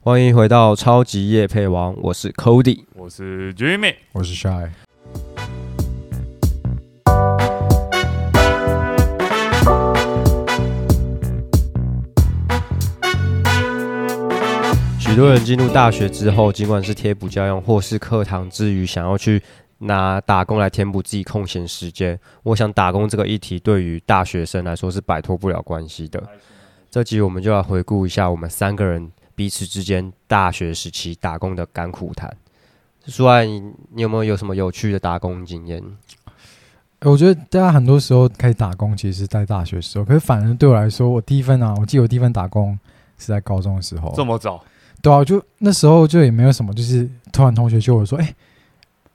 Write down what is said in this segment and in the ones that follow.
欢迎回到超级夜配王，我是 Cody。我是 Jimmy，我是 Shy。许多人进入大学之后，尽管是贴补家用或是课堂之余，想要去拿打工来填补自己空闲时间。我想打工这个议题对于大学生来说是摆脱不了关系的。这集我们就来回顾一下我们三个人彼此之间大学时期打工的甘苦谈。舒爱，你你有没有有什么有趣的打工经验？欸我觉得大家很多时候开始打工，其实是在大学时候。可是反而对我来说，我第一份啊，我记得我第一份打工是在高中的时候。这么早，对啊，就那时候就也没有什么，就是突然同学就我说：“哎、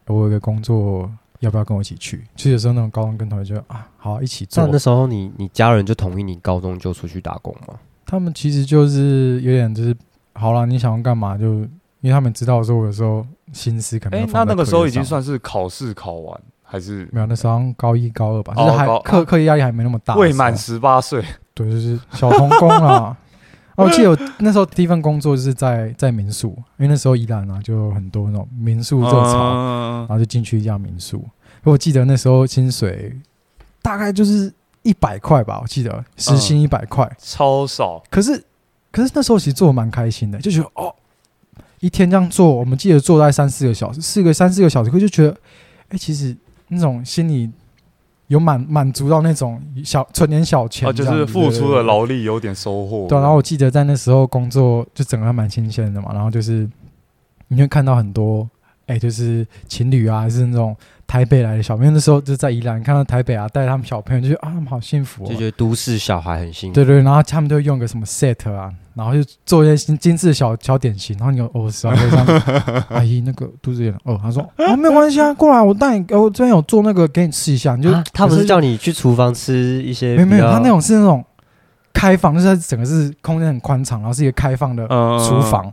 我有个工作，要不要跟我一起去？”就有时候那种高中跟同学就啊，好一起那做。那时候你你家人就同意你高中就出去打工吗？他们其实就是有点就是，好了，你想要干嘛就，因为他们知道说我有时候心思可能哎要，那放在那个课时候业已经上算是考试考完，还是没有，那时候好像高一高二吧，就哦是还高课课业压力还没那么大的时候，未满十八岁？对，就是小童工 啦。啊，我记得我那时候第一份工作就是在在民宿，因为那时候宜兰啊就有很多那种民宿热潮，嗯然后就进去一家民宿。我记得那时候薪水大概就是一百块吧，我记得时薪一百块。超少，可是可是那时候其实做的蛮开心的，就觉得哦，一天这样做，我们记得做大概三四个小时，四个三四个小时，可就觉得，哎、其实那种心里有满满足到那种小存点小钱啊，这就样子，是付出对的。劳力有点收获。对，啊然后我记得在那时候工作就整个还蛮新鲜的嘛，然后就是你会看到很多，哎、就是情侣啊，还是那种台北来的小朋友，那时候就在宜兰看到台北啊，带他们小朋友就觉得啊，他们好幸福、哦就，觉得都市小孩很幸福。对对，然后他们都会用个什么 set 啊，然后就做一些精精致的小小点心，然后你有哦，稍微上面 阿姨那个肚子有点饿，他说哦没有关系啊，过来我带你，哦我这边有做那个给你吃一下，你就、啊他不可是是叫你去厨房吃一些没有没有，比较他那种是那种开放，就是它整个是空间很宽敞，然后是一个开放的嗯厨房，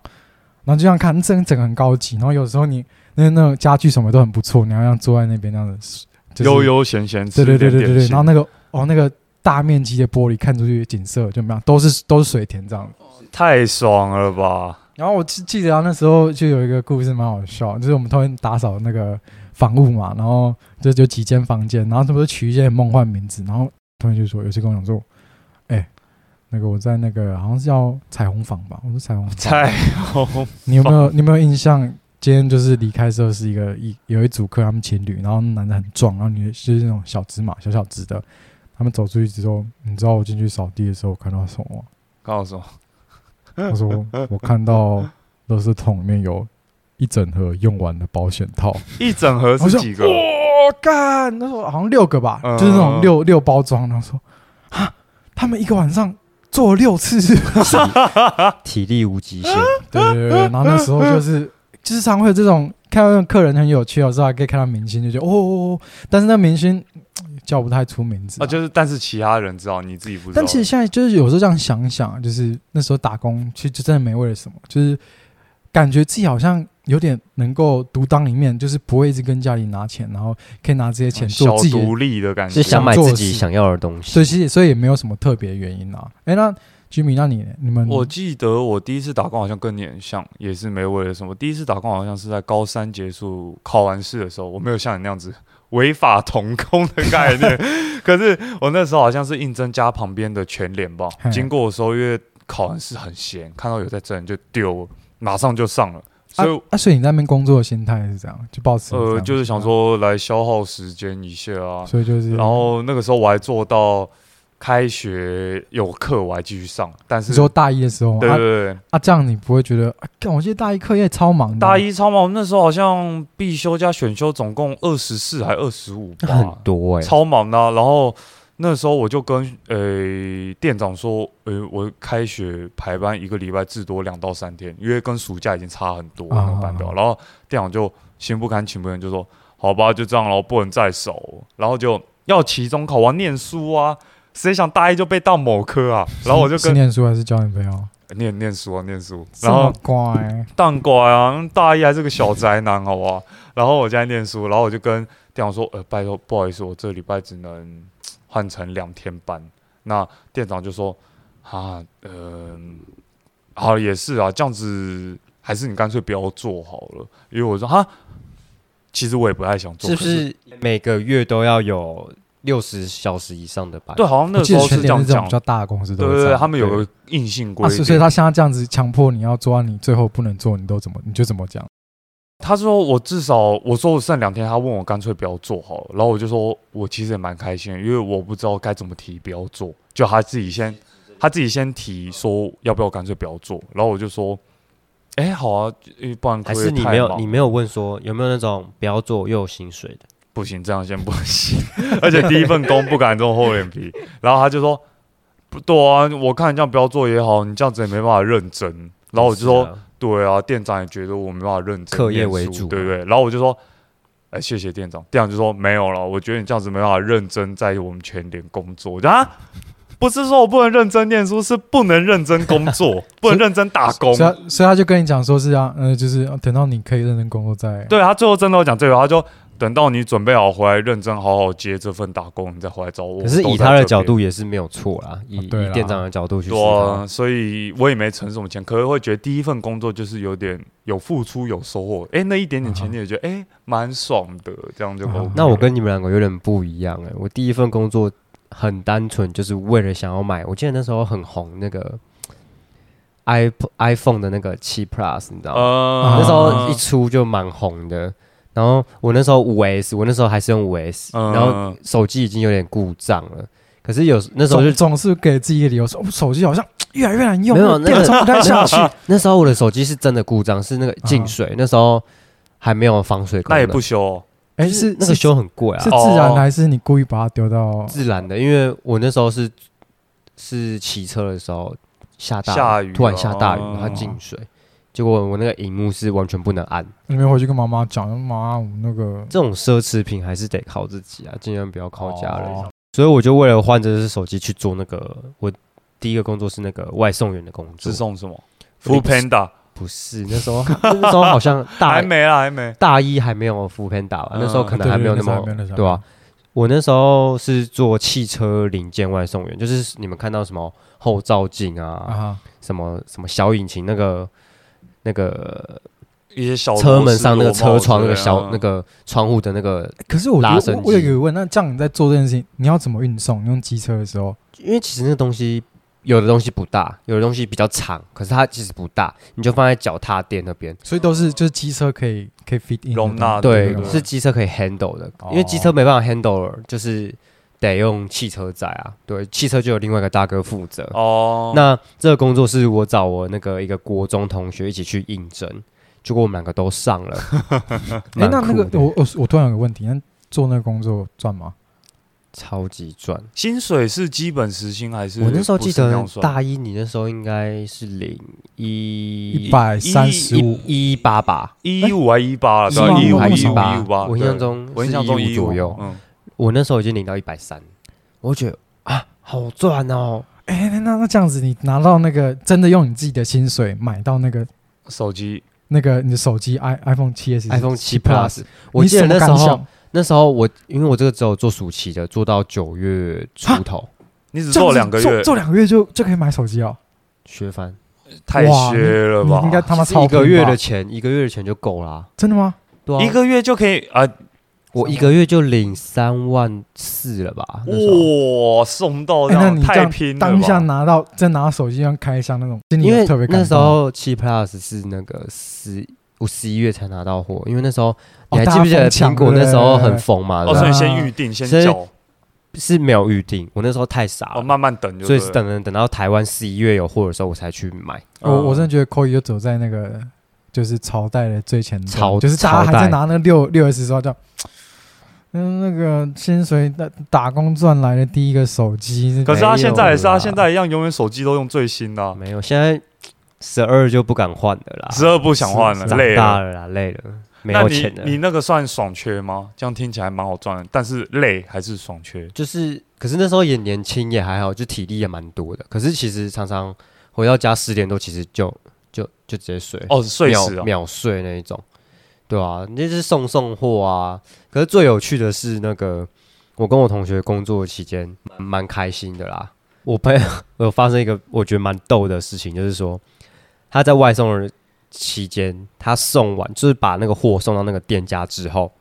然后就这样看，真的整个很高级，然后有时候你那那种家具什么都很不错，你要让坐在那边那样子，就是悠悠闲闲吃对对对对点对点对，心然后那个哦那个大面积的玻璃看出去的景色就怎么样，都是都是水田这样。太爽了 吧？然后我记记得啊，那时候就有一个故事蛮好笑，就是我们突然打扫那个房屋嘛，然后就就几间房间，然后他们就取一些梦幻名字，然后同学就说，有些跟我讲说，哎、那个我在那个好像是叫彩虹房吧，我说彩虹房，太好，你有没有你有没有印象？今天就是离开的时候是一个一有一组客他们情侣，然后男的很壮，然后女的就是那种小芝麻小小只的，他们走出去之后，你知道我进去扫地的时候我看到什么吗？告诉我，他说：“ 我看到垃圾桶里面有一整盒用完的保险套。一整盒我是说几个？我哦干，那时候好像六个吧，嗯就是那种六六包装。然后说：啊，他们一个晚上做了六次。体力无极限，啊对对 对对，然后那时候就是就是常会有这种看到那种客人很有趣，有时候还可以看到明星，就觉得哦哦哦，但是那明星嗯叫不太出名字啊，就是啊但是其他人知道，你自己不知道。但其实现在就是有时候这样想想，就是那时候打工，其实就真的没为了什么，就是感觉自己好像有点能够独当一面，就是不会一直跟家里拿钱，然后可以拿这些钱小做自己的。独立的感觉，是想买做自的己事想要的东西。所以其实所以也没有什么特别的原因啊。哎、那 Jimmy，那你呢你们我记得我第一次打工好像跟你很像，也是没为了什么。第一次打工好像是在高三结束考完试的时候，我没有像你那样子违法童工的概 念。可是我那时候好像是应征家旁边的全联吧嘿，经过的时候因为考完试很闲，看到有在真人就丢，马上就上了。所以、啊啊，所以你在那边工作的心态是这样，就保持这呃，样就是的想心说来消耗时间一下啊态，。所以就是然后那个时候我还做到开学有课我还继续上，但是你说大一的时候吗对对啊对。啊，这样你不会觉得啊？干我记得大一课业超忙的，大一超忙，我们那时候好像必修加选修总共二十四还二十五那很吧，多哎、超忙的啊、然后那时候我就跟呃店长说，呃我开学排班一个礼拜至多两到三天，因为跟暑假已经差很多啊那个班表。然后店长就心不甘情不愿就说，好吧，就这样咯，不能再少哦。然后就要期中考完念书啊，谁想大一就被当某科啊？然后我就是跟念书还是交女朋友？念念书啊念书，这然后么乖。蛋瓜啊，大一还是个小宅男，好不好？然后我现在念书，然后我就跟店长说，呃，拜托，不好意思，我这礼拜只能换成两天班。那店长就说，啊，嗯、好也是啊，这样子还是你干脆不要做好了，因为我说哈，其实我也不太想做，是不可是每个月都要有六十小时以上的班？对，，啊好像那我个记时得候全是这联样是这种讲比，较大的公司都对会对这对，样他们有个硬性规啊，所以所以定。他现在这样子强迫你要做啊，你最后不能做，你都怎么你就怎么讲？他说我至少我说我剩两天，他问我干脆不要做好了，然后我就说我其实也蛮开心的，因为我不知道该怎么提不要做，就他自己先他自己先提说要不要干脆不要做，然后我就说，哎、好啊，因为不然可还不可以是你太没有忙你没有问说有没有那种不要做又有薪水的？不行，这样先不行。 而且第一份工不敢这么厚脸皮， 然后他就说不对啊，我看你这样不要做也好，你这样子也没办法认真。然后我就说是啊对啊，店长也觉得我没办法认真，课业念为书主啊对不对？然后我就说。哎，谢谢店长。店长就说没有了，我觉得你这样子没办法认真在我们全联工作。我就啊，嗯不是说我不能认真念书，是不能认 真工啊作，不能认真打工。所以他所以他就跟你讲说是啊，呃，就是呃等到你可以认真工作再。对他最后真的有讲这个，他就等到你准备好回来，认真好好接这份打工，你再回来找我。可是都以在他的这角边度也是没有错啦，以啊对以啦店长的角度去思对考啊，，所以我也没存什么钱，可是会觉得第一份工作就是有点有付出有收获，哎、那一点点钱嗯哼你也觉得哎蛮、爽的，这样就 OK 嗯了、哼啊那我跟你们两个有点不一样哎、我第一份工作很单纯，就是为了想要买。我记得那时候很红那个 i iPhone 的那个七 Plus，你知道吗？呃啊那时候一出就蛮红的。然后我那时候五 S，我那时候还是用五 S，、嗯然后手机已经有点故障了。可是有那时候就总总是给自己一个理由，说我手机好像嘖越来越难用，没有我那个电充不太下去。那时候我的手机是真的故障，是那个进水，那时候还没有防水功能。嗯那也不修哦、哎，就是是那个修很贵啊，是自然哦的还是你故意把它丢到？自然的，因为我那时候是是骑车的时候下大下雨突然下大雨，哦然后它进水，结果我那个荧幕是完全不能按。你没有回去跟妈妈讲，妈，我们那个这种奢侈品还是得靠自己啊，尽量不要靠家人。啊哦所以我就为了换这只手机去做那个我第一个工作是那个外送员的工作是，送什么不？Food 是 Panda 不是那时候 那时候好像大还没啊，还没。大一还没有扶贫打吧，嗯那时候可能还没有那么啊对对对那时候还没有那时候还没有对啊吧、我那时候是做汽车零件外送员，就是你们看到什么后照镜啊啊，哈，什么什么小引擎那个那个一些小车门上那个车窗那个哦螺嗯小帽之类的那个窗户的那个，可是我觉拉得伸我我有一机个疑问，那这样你在做这件事情，你要怎么运送？你用机车的时候，因为其实那个东西有的东西不大，有的东西比较长，可是它其实不大，你就放在脚踏垫那边。所以都是就是机车可以可以 fit in 的容纳东西对啊对，对是机车可以 handle 的，哦因为机车没办法 handle，就是得用汽车载啊。对，汽车就有另外一个大哥负责。哦，那这个工作是我找我那个一个国中同学一起去应征，结果我们两个都上 了。哎蛮，那那酷个的我我我突然有个问题，那做那个工作赚吗？超级赚！薪水是基本时薪还是？我那时候记得大大一，你那时候应该是零一一百三十五，一一八吧，一五还一八了，是吗啊对，一五哎那还么一少五八一五八。我印象中对，啊我印象中一一左右。嗯，我那时候已经领到一百三，我就觉得啊，好赚哦！哎，那那那这样子，你拿到那个真的用你自己的薪水买到那个手机那个你的手机 i iPhone 七 S iPhone 7 Plus 我你记得那什么时感候想？那时候我因为我这个只有做暑期的，做到九月出头，你只这样做子两个做月，做两个月就就可以买手机哦，学翻太哇削了你吧？应该他妈其实超一个拼月吧的钱，一个月的钱就够啦。真的吗？对啊，一个月就可以啊！我一个月就领三万四了吧？那时候哇，送到这哎，那样你太这拼样了吧当下拿到真拿到手机像开箱那种，心里因为有特别感动那时候七 Plus 是那个十，我十一月才拿到货，因为那时候你哦还大记家不记得疯抢苹果对那不时候很对疯嘛？哦，对所吧以先预定，先所以缴，是没有预定，我那时候太傻哦，了，慢慢等就所对以了。是等等等到台湾十一月有货的时候我才去买。我我真的嗯觉得 k o 就走在那个就是朝代的最前端，朝就是大家还朝在代拿那六六 S 的时候叫，嗯，那个薪水打打工赚来的第一个手机，可是他现在也是没有啊，啦现在一样，永远手机都用最新的啊，没有，现在十二就不敢换了啦，十二不想换是了，长累大了。了啦，累了，没那有你钱了。你那个算爽缺吗？这样听起来蛮好赚的，但是累还是爽缺？就是，可是那时候也年轻，也还好，就体力也蛮多的。可是其实常常回到家十点多，其实就就就直接睡，哦，碎秒死啊！秒睡那一种，对啊，那就是送送货啊。可是最有趣的是那个，我跟我同学工作期间蛮蛮开心的啦。我朋友有发生一个我觉得蛮逗的事情，就是说他在外送的期间，他送完就是把那个货送到那个店家之后，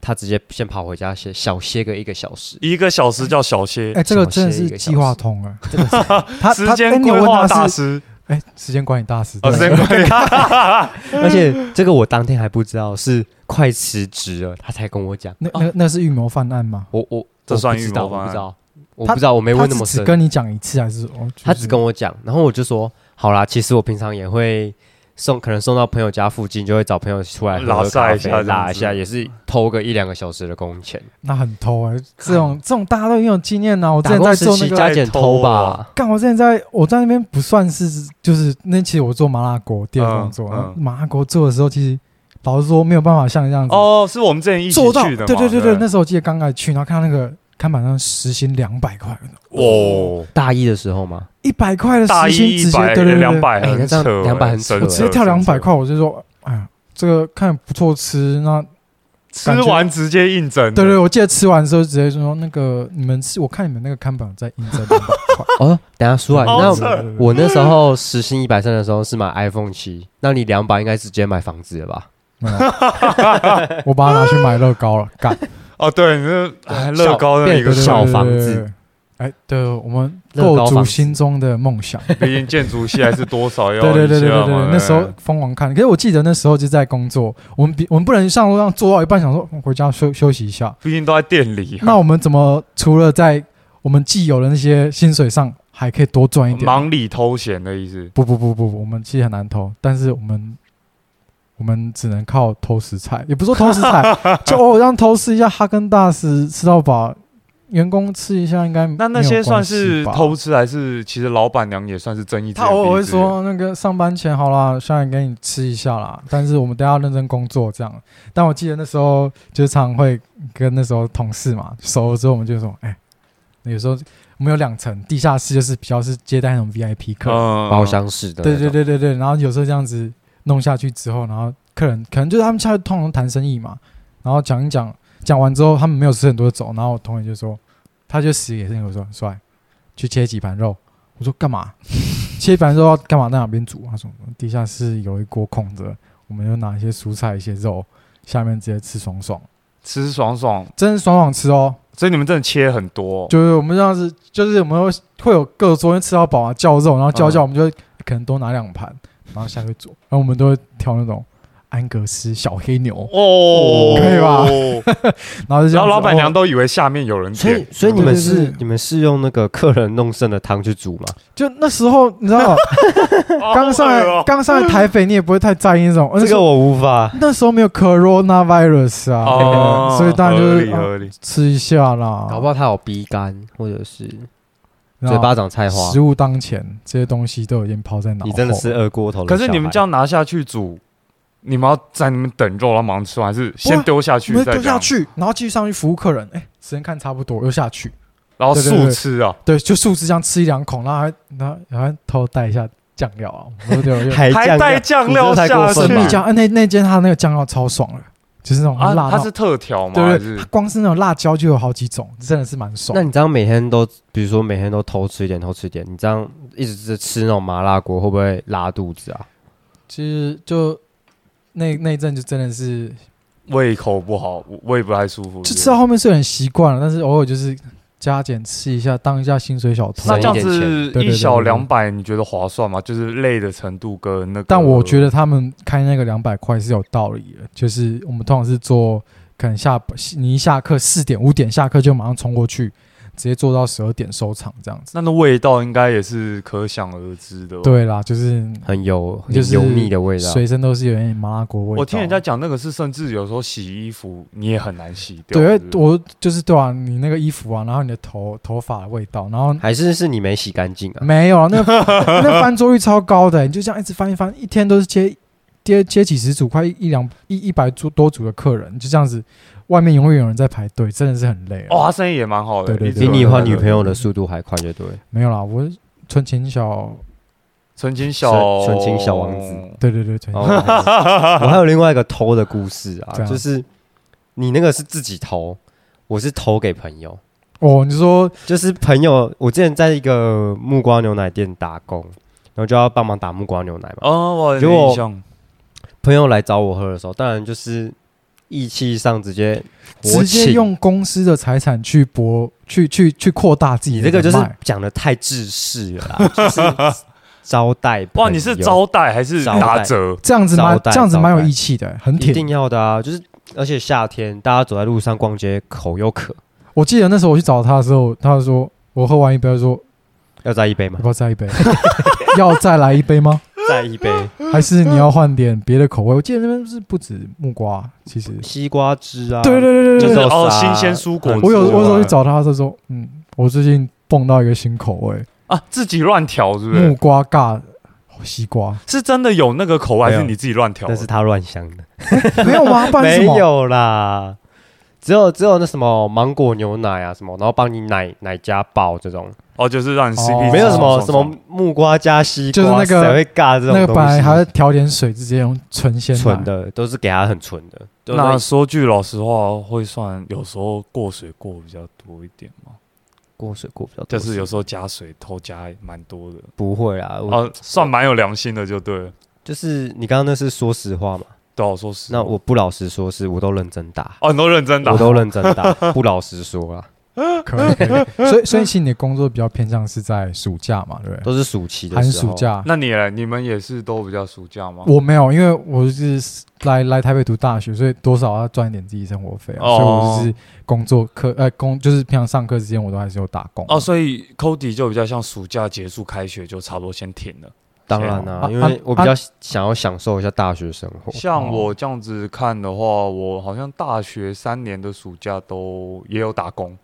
他直接先跑回家歇小歇个一个小时。一个小时叫小歇，哎，这个真的什么是歇一个小时计划通啊！ 这个是他时他哎间你有规问划他大是师，哎，时间管理大师，哦，时对间规划，而且这个我当天还不知道，是快辞职了，他才跟我讲。那那那是预谋犯案吗？我我这我算不预知谋道，方我不案知道，我不知道，我没他哎问那是么只深。跟你讲一次还是哦？就是他只跟我讲，然后我就说好啦，其实我平常也会送，可能送到朋友家附近，就会找朋友出来喝拉喝撒咖一下啡这样，拉一子下，也是偷个一两个小时的工钱。那很偷哎，这种这种大家都很有经验啊呐。我之打前工在时做期那个加减偷吧，干，我之前在我在那边不算是，就是那其实我做麻辣锅第二工作，嗯然后嗯麻辣锅做的时候，其实老实说没有办法像这样子哦，是我们之前一起做到。去对的嘛，对对对，对那，时候我记得刚来去，然后看到那个看板上时薪两百块，哦，大一的时候嘛，一百块的大时薪一一直接百对对对两，百，哎那很这样扯欸， 200很扯神对我直接扯跳神两百扯块，我就说，哎呀，这个看不错吃，那嗯吃完直接应征，对对，，我记得吃完之后直接说那个你们吃，我看你们那个看板有在 印证两百块，哦，等一下输完，好那扯我 我那时候时薪一百三的时候是买 iPhone 七，那你两百应该直接买房子了吧？嗯没有我把它拿去买乐高了，干。哦，对，你这哎乐高那变一个得是小房子。哎，对，我们乐构高筑房子心中的梦想。毕竟建筑系还是多少要啊对对对对一些对了嘛哎对，那时候疯狂看。可是我记得那时候就在工作，我们比我们不能上路上做到一半，想说嗯回家休休息一下。毕竟都在店里，啊那我们怎么除了在我们既有的那些薪水上，还可以多赚一点？忙里偷闲的意思。不不不不，不我们其实很难偷，但是我们我们只能靠偷食材，也不是说偷 食材，就偶尔让偷吃一下哈根达斯吃到饱，员工吃一下应该那那没有些算关是系吧偷吃，还是其实老板娘也算是睁一只他眼偶尔闭会一只眼？嗯说那个上班前好啦，下来给你吃一下啦，但是我们都要认真工作这样。但我记得那时候就是常会跟那时候同事嘛熟了之后，我们就说，哎、有时候我们有两层，地下室就是比较是接待那种 VIP 客人，嗯包厢式的那对种，对对对对，然后有时候这样子弄下去之后，然后客人可能就是他们下去通常谈生意嘛，然后讲一讲，讲完之后他们没有吃很多走，然后我同学就说，他就死也是我说帅，去切几盘肉，我说干嘛？ 切一盘肉要干嘛？在哪边煮？他说地下室有一锅空着，我们就拿一些蔬菜一些肉，下面直接吃爽爽，吃爽爽，真是爽爽吃哦。所以你们真的切很多哦。就是我们这样子，就是我们会会有各桌因为吃到饱啊，叫肉，然后叫一嗯叫，我们就会可能多拿两盘，然后下去煮，然后我们都会挑那种安格斯小黑牛，哦，可以吧？ 然后就然这样后子老板娘哦都以为下面有人所以点，所以你们对对是对你们是用那个客人弄剩的汤去煮吗？就那时候你知 道，刚上好恶来哦刚上来台北，你也不会太在哦意那种，这个我无法。那时候没有 corona virus 啊哦，， 所以当然就合是理啊合理。吃一下哦啦，搞不好他有鼻干，或者是然后嘴巴长菜花啊食。物当前，这些东西都已经抛在脑后，你真的是二锅头的可小孩。是你们这样拿下去煮，你们要在那边等肉，然后马上吃完，还是先丢下去我们再丢这样下，去，然后继续上去服务客人，哎，时间看差不多又下去。然后对对速对吃啊？对，就素食这样吃一两口，然后还然后然后偷带一下酱料啊，我有点还还酱带料酱你料这太下过去分吧了蜜吧。酱，啊，那那间他那个酱料超爽的，就是那种啊，辣它到，是特调吗？对还对是对，它光是那种辣椒就有好几种，真的是蛮爽那。你这样每天都，比如说每天都偷吃一点，偷吃一点，你这样一直是吃那种麻辣锅，会不会拉肚子啊？其实就那那一阵就真的是，胃口不好，胃不太舒服。就吃到后面是很习惯了，但是偶尔就是加减吃一下，当一下薪水小偷啊省那这一。样点子对对一对小对对两百，你觉得划算吗？就是累的程度跟那个……但我觉得他们开那个两百块是有道理的，就是我们通常是做，可能下你一下课四点五点下课就马上冲过去，直接做到十二点收场这样子。那那味道应该也是可想而知的。，对啦，就是很油，很就是油腻的味道。随身都是有点麻辣锅味道。我听人家讲那个是，甚至有时候洗衣服你也很难洗掉。对是，不是我就是对啊，你那个衣服啊，然后你的头头发的味道，然后还是是你没洗干净啊？没有啊，那那翻桌率超高的、你就这样一直翻一翻，一天都是接接接几十组，快一一两一一百组多组的客人，就这样子，外面永远有人在排队，真的是很累、啊。哇，他生意也蛮好的，对对一直比对有你人换在女那朋友的速度还快，就对。没有啦，我存钱小，纯情小纯纯情小王子对对对，存哦， 我还有另外一个偷的故事这啊，样就是你那个是自己偷，我是偷给朋友。哦，你说就是朋友，我之前在一个木瓜牛奶店打工，然后就要帮忙打木瓜牛奶嘛。哦，我有结果印象，朋友来找我喝的时候，当然就是意气上直接我直接请用公司的财产去博，去去去扩大自己你的这个就是人脉讲的太制式了啦，就是招待朋友。 哇，你是招待还是招待打折？这样子蛮招待这样子蛮有招待义气的，很一挺定。要的啊，就是而且夏天大家走在路上逛街，口又渴，我记得那时候我去找他的时候，他就说我喝完一杯，他说要再一杯要 吗？不要 再一杯？要再来一杯吗？再一杯，还是你要换点别的口味？我记得那边是不止木瓜，其实西瓜汁啊，对对对就对这是对种，哦，啥新鲜蔬果我之是类我的。有我有时候去是找他的时候，嗯，我最近碰到一个新口味，啊，自己乱调是不木是？瓜尬 西瓜，是真的有那个口味，还没是有你自己乱调的？那是他乱想的，没有吗？不然是什没么？有啦，只有只有那什么芒果牛奶啊什么，然后帮你奶奶加爆这种，哦，就是让你哦 CP 值没有什么上什上上么木瓜加西瓜，就是那个谁会尬这种那个东本西来还要调点水，直接用纯鲜奶纯。的，都是给他很纯的，就那那说句老实话，会算有时候过水过比较多一点嘛，过水过比较多，就是有时候加水偷加蛮多的，不会啦，我哦、算蛮有良心的就对了。就是你刚刚那是说实话嘛？对啊，我说是。那我不老实说，是我都认真打，哦，你都认真打我，都认真打，不老实说啦，可以， 可以所以所以其实你的工作比较偏向是在暑假嘛，对不对？都是暑期的寒时候暑，假，那你呢？你们也是都比较暑假吗？我没有，因为我是来来台北读大学，所以多少要赚一点自己生活费啊，哦所以我就是工作课呃工就是平常上课时间我都还是有打工啊哦，所以 Cody 就比较像暑假结束开学就差不多先停了。当然啊啦、啊因为我比较想要享受一下大学生活。像我这样子看的话，我好像大学三年的暑假都也有打工。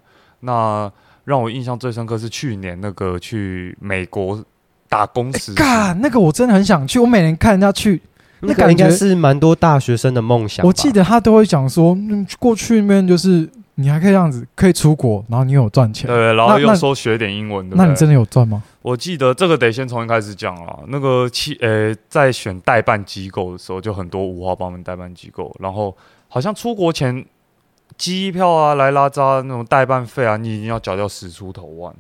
那让我印象最深刻是去年那个去美国打工时期。哎干那个我真的很想去，我每年看人家去，那那个应感该觉是蛮多大学生的梦想吧。我记得他都会讲说，嗯，过去那边就是你还可以这样子，可以出国，然后你有赚钱，对，然后那又那说学点英文，对不那对？你真的有赚吗？我记得这个得先从一开始讲啊，那个期呃，在选代办机构的时候，就很多五花帮我们代办机构，然后好像出国前机票啊、来拉扎那种代办费啊，你已经要缴掉十出头万了，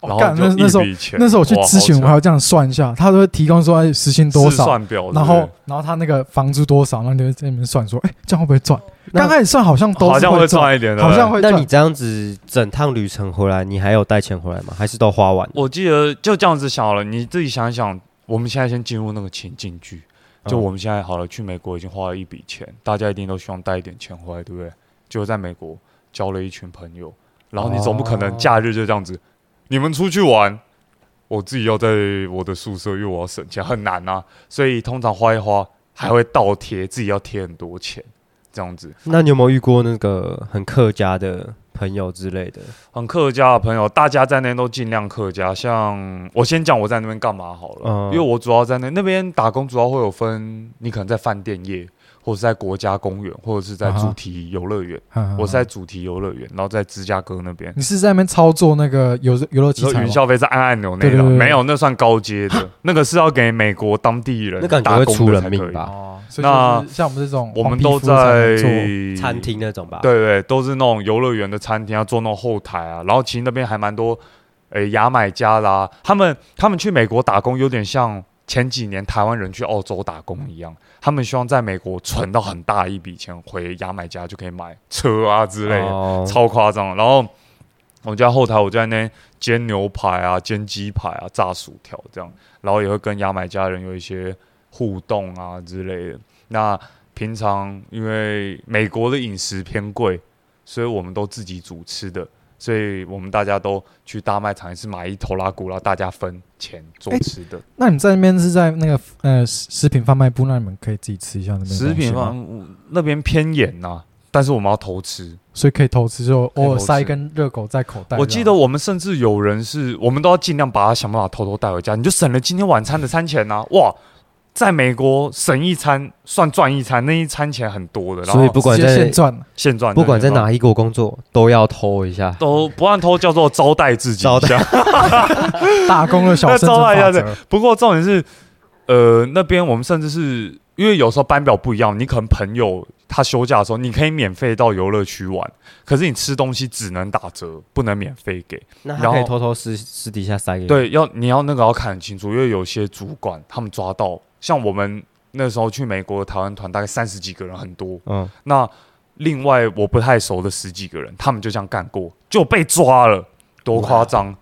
然哦干后那就那时候一笔钱那时候我去哇咨询，好我扯还要这样算一下，他都会提供说哎时薪多试少，算表，然对后不然后他那个房租多少，然后你就在那边算说，哎，这样会不会赚？那刚开始算好像对都好是像会赚，赚一点的，好像会那赚。你这样子整趟旅程回来，你还有带钱回来吗？还是都花完了？我记得就这样子想好了，你自己想一想，我们现在先进入那个情境剧，就嗯我们现在好了，去美国已经花了一笔钱，大家一定都希望带一点钱回来，对不对？结果在美国交了一群朋友，然后你总不可能假日就这样子，你们出去玩，我自己要在我的宿舍，因为我要省钱，很难啊，所以通常花一花还会倒贴，自己要贴很多钱，这样子。嗯那你有没有遇过那个很客家的朋友之类的？很客家的朋友，大家在那边都尽量客家。像我先讲我在那边干嘛好了，嗯因为我主要在那那边打工，主要会有分，你可能在饭店业，或者是在国家公园，或者是在啊哈主题游乐园。嗯我是在主题游乐园，然后在芝加哥那边，你是在那边操作那个游游乐器你说材云吗？霄飞车按按钮那对对个对对没有，那算高阶的，那个是要给美国当地人那感觉打会工出的人才命可以吧哦，所以那就是像我们这种我黄们皮都肤才能在做餐厅那种吧？，嗯对对，都是那种游乐园的餐厅啊，做那种后台啊，然后其实那边还蛮多，诶，牙买加啦，他们他们去美国打工有点像前几年台湾人去澳洲打工一样，他们希望在美国存到很大一笔钱，回牙买加就可以买车啊之类的，哦，超夸张。然后我家后台我就在那边煎牛排啊、煎鸡排啊、炸薯条这样，然后也会跟牙买加人有一些互动啊之类的。那平常因为美国的饮食偏贵，所以我们都自己煮吃的。所以我们大家都去大卖场，也是买一头拉骨，然后大家分钱做哎吃的。那你在那边是在那个呃食食品贩卖部，那你们可以自己吃一下那边的食东西品吗，方那边偏严呐、但是我们要偷吃，所以可以偷吃，就以偶尔偷哦塞一吃根热狗在口袋这啊样。我记得我们甚至有人是，我们都要尽量把它想办法偷偷带回家，你就省了今天晚餐的餐钱呐、哇，在美国省一餐算赚一餐，那一餐钱很多的，然后所以不管直接在现赚，现赚，不管在哪一国工作，都要偷一下。都不按偷叫做招待自己招一下。 打工的小那生招 存待一下法子则。不过重点是，呃，那边我们甚至是因为有时候班表不一样，你可能朋友他休假的时候，你可以免费到游乐区玩，可是你吃东西只能打折，不能免费给。那然他后可以偷偷私私底下塞给你。，对，要你要那个要看很清楚，因为有些主管他们抓到，像我们那时候去美国的台湾团大概三十几个人，很多。嗯，那另外我不太熟的十几个人，他们就这样干过，就被抓了，多夸张！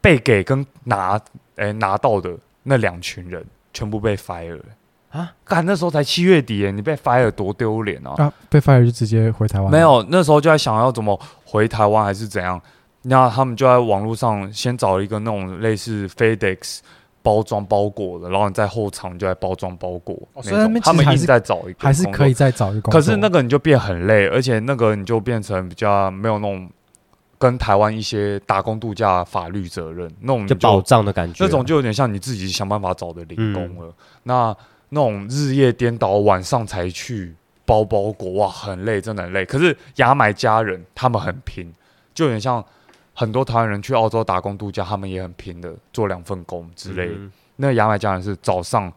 被给跟拿，哎、拿到的那两群人全部被 fire 了啊！干那时候才七月底耶，你被 fire 多丢脸啊！啊，被 fire 就直接回台湾。没，有，那时候就在想要怎么回台湾还是怎样。那他们就在网络上先找一个那种类似 FedEx 包装包裹的，然后你在后场就在包装包裹哦所以那他们种。其实他们还一是直在找一个，还是可以。再找一个工作。可是那个你就变很累，而且那个你就变成比较没有那种跟台湾一些打工度假法律责任那种你就保障的感觉。那种就有点像你自己想办法找的零工啊嗯了。那那种日夜颠倒，晚上才去包包裹，哇，很累，真的很累。可是牙买加人他们很拼，就有点像很多台湾人去澳洲打工度假，他们也很拼的，做两份工之类的。嗯那牙买加人是早上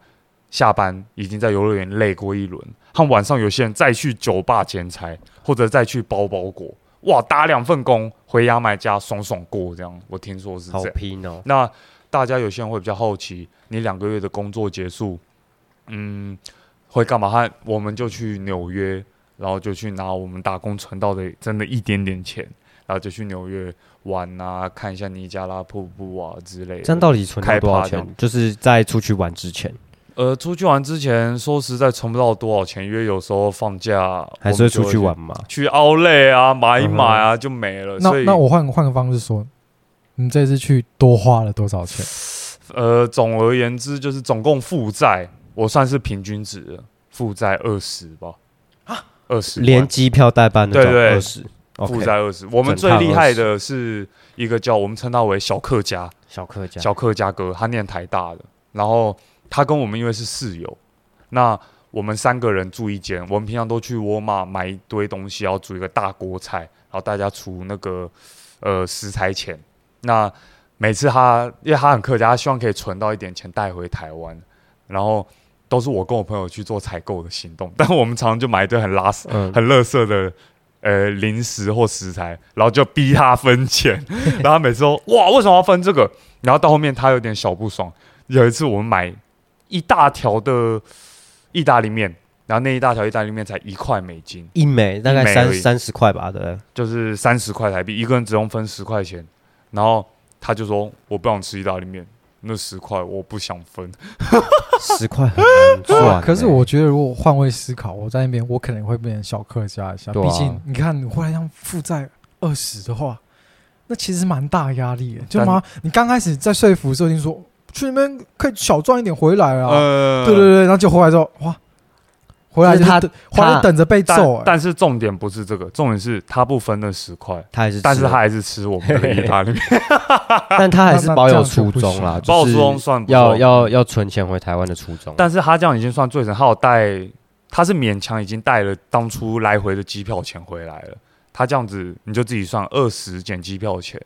下班已经在游乐园累过一轮，他们晚上有些人再去酒吧兼差，或者再去包包裹，哇，打两份工回牙买加爽爽过这样。我听说是这好样。拼哦。那大家有些人会比较好奇，你两个月的工作结束，嗯，会干嘛？他我们就去纽约，然后就去拿我们打工存到的真的一点点钱，然后就去纽约玩啊，看一下尼加拉瀑布啊之类这样的。到底存了开多少趴这钱样？就是在出去玩之前，呃，出去玩之前，说实在存不到多少钱，因为有时候放假还是会出去玩，嗯嘛？去奥莱啊买一买啊、就没了。那所以那我换换个方式说，你这次去多花了多少钱？呃，总而言之，就是总共负债，我算是平均值了，负债二十吧，二十连机票代办那对种对二十，负 OK，债二十。我们整最趟厉害的是一个叫我们称他为小客家，小客家，小客家哥，他念台大的，然后他跟我们因为是室友，那我们三个人住一间，我们平常都去沃尔玛买一堆东西，然后煮一个大锅菜，然后大家出那个呃食材钱。那每次他，因为他很客家，他希望可以存到一点钱带回台湾，然后都是我跟我朋友去做采购的行动，但我们常常就买一堆很拉圾嗯，很垃圾的呃零食或食材，然后就逼他分钱，然 后他每次说哇为什么要分这个？然后到后面他有点小不爽。有一次我们买一大条的意大利面，然后那一大条意大利面才一块美金，一枚大一概枚三而已三十块吧，对 不对，就是三十块台币，一个人只用分十块钱。然后他就说我不想吃意大利面，那十块我不想分。十块很难赚欸。可是我觉得，如果换位思考，我在那边，我可能会变成小客家一下。对啊毕竟你看，你忽然让负债二十的话，那其实蛮大压力的。就但嘛，你刚开始在说服的时候，你说去那边可以小赚一点回来啊，呃对对对，然后就回来之后，哇，回来就是就是他等回来他等着被揍但欸。但是重点不是这个，重点是他不分那十块，他还是吃了，但是他还是吃我 们的意大利面。但他还是保有初那那这衷样就不啦，行啊包就租是公算不错要要要存钱回台湾的初衷。但是他这样已经算罪人，他有带，他是勉强已经带了当初来回的机票钱回来了。他这样子你就自己算二十减机票钱，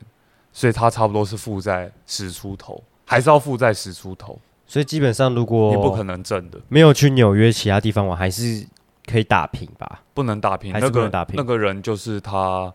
所以他差不多是负债十出头，还是要负债十出头，所以基本上如你不可果能挣的，没有去纽约其他地方玩，还是可以打平吧。不能打平。还是那不个能打平那个人就是他，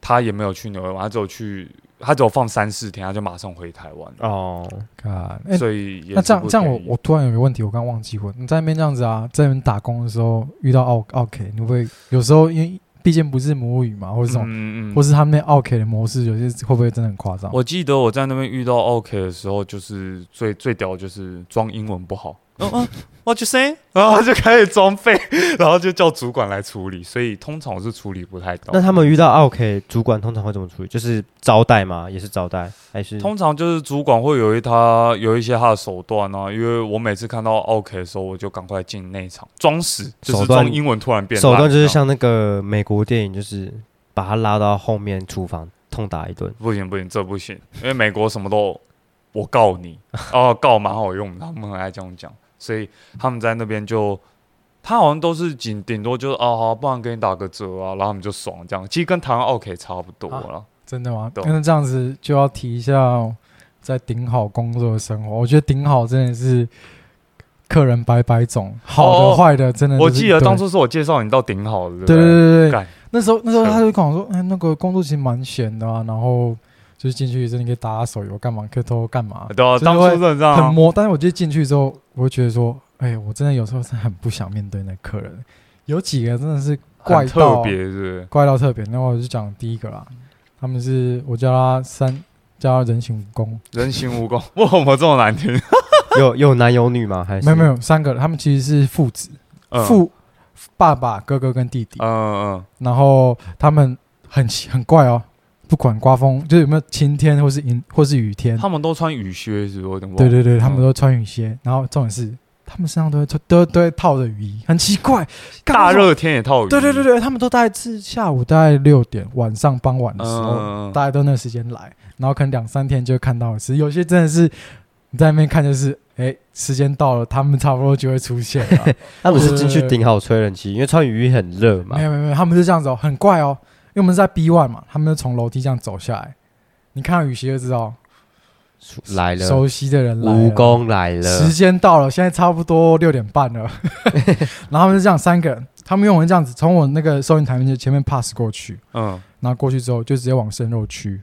他也没有去纽约玩，他只有去，他只有放三四天，他就马上回台湾了，哦，看，哎，所以也那这是样不这样我，便我宜突然有个问题，我刚忘记问，你在那边这样子啊，在那边打工的时候遇到奥奥 K，你会不会有时候因为毕竟不是母语嘛，或者这种，嗯嗯或是他们那奥 K 的模式，有些会不会真的很夸张？我记得我在那边遇到 OK 的时候，就是最最屌的就是装英文 不好，嗯嗯，What you say？然后就开始装废， 然后就叫主管来处理，所以通常我是处理不太到。那他们遇到 OK 主管通常会怎么处理？就是招待吗？也是招待，还是通常就是主管会有一他有一些他的手段啊，因为我每次看到 OK 的时候，我就赶快进内场装死，就手是段装英文突然变烂手段就是这样像那个美国电影，就是把他拉到后面厨房痛打一顿。不行不行，这不行，因为美国什么都我告 你哦，告蛮好用的，他们很爱这样讲，所以他们在那边就他好像都是顶顶多就是哦好，不然给你打个折啊，然后他们就爽这样，其实跟台湾 OK 差不多了，真的吗？懂那这样子就要提一下在顶好工作的生活。我觉得顶好真的是客人百百种，好的哦坏的，真的就是、我记得对当初是我介绍你到顶好的，对不对对对对干，嗯那时候那时候扯他就跟我说，哎，那个工作其实蛮闲的啊，然后就是进去真的可以打打手游，干嘛可以偷偷干嘛，对啊，就是当初会真的这样很啊，摸。但是我就进去之后，我会觉得说，哎，我真的有时候是很不想面对那客人，有几个真的是怪很特到别，是不是？怪到特别。那我就讲第一个啦，他们是我叫他三叫他人形蜈蚣，人形蜈蚣， 为什么这么难 听？有有男有女吗？还是没有没有三个，他们其实是父子，嗯，父爸爸、哥哥跟弟弟，嗯嗯然后他们很奇很怪哦，不管刮风，就是有没有晴天或是阴或是雨天嗯，，他们都穿雨靴，是不是？我有点忘了对对对，他们都穿雨鞋，然后重点是他们身上都会穿都都会套着雨衣，很奇怪，干大，热天也套雨，对对对对，他们都大概是下午大概六点，晚上傍晚的嗯，时嗯，候，嗯嗯大家都那时间来，然后可能两三天就会看到一次，有些真的是你在那边看就是。哎，时间到了，他们差不多就会出现 了。他们是进去顶好吹冷气，因为穿雨衣很热嘛没。有没有没有，他们是这样子哦，很怪哦，因为我们是在 B one 嘛，他们就从楼梯这样走下来，你看到雨鞋就知道来了，熟悉的人来了蜈蚣来了时，间到了，现在差不多六点半了。 然后他们是这样三个人，他们用我们这样子从我那个收银台面前面 pass 过去，嗯，然后过去之后就直接往生肉区，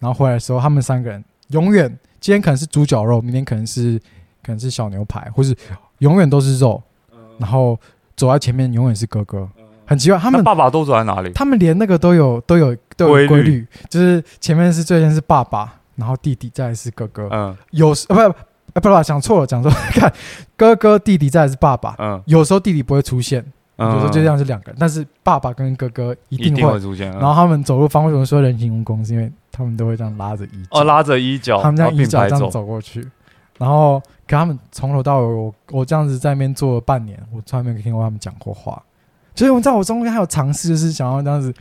然后回来的时候他们三个人永远今天可能是猪脚肉，明天可能是可能是小牛排，或是永远都是肉，嗯然后走在前面永远是哥哥，很奇怪，他他们爸爸都走在哪里？他们连那个都有都有都有规律规律，就是前面是最先是爸爸，然后弟弟，再来是哥哥。嗯有时呃不呃不不讲错了，讲错了。 看哥哥弟弟再来是爸爸，嗯，有时候弟弟不会出现，有时候嗯就这，样是两个人，但是爸爸跟哥哥一一定会会。出现。然嗯然后他们走路方为什么说人形蜈蚣，是因为他们都会这样拉着衣角，哦，拉着衣角，他们这然样后衣并角排这样走，走过去。然后，可他们从头到尾，我我这样子在那边坐了半年，我从来没有听过他们讲过话。就是我在我中间还有尝试，就是想要这样子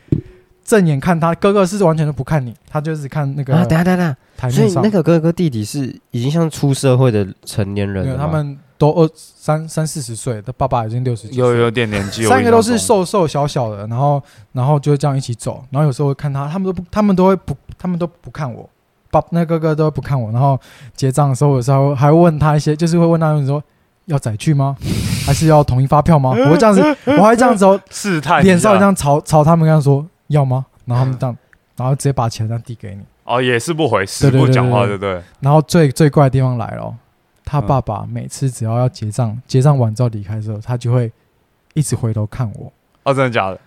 正眼看他，哥哥是完全都不看你，他就是看那个啊，等一下等一下，台所面以上。那个哥哥弟弟是已经像出社会的成年人没了有，吗，他们都二三三四十岁，他爸爸已经六十几岁，有有点年纪，三个都是我印象中瘦瘦小小的，然后然后就这样一起走，然后有时候看他，他们都不，他们都会不，他们都不看我，爸那哥哥都不看我，然后结账的时候，有时候还会问他一些，就是会问他你说要载具吗？ 还是要统一发票吗？我会这样子，我还这样子哦，试探一下脸上这样朝朝他们跟他说要吗？然后他们这样，然后直接把钱这样递给你，哦，也是不回，对死对不对讲话，对对不对？然后最最怪的地方来了哦，他嗯爸爸每次只要要结账，结账完之后离开之后，他就会一直回头看我。哦，真的假的？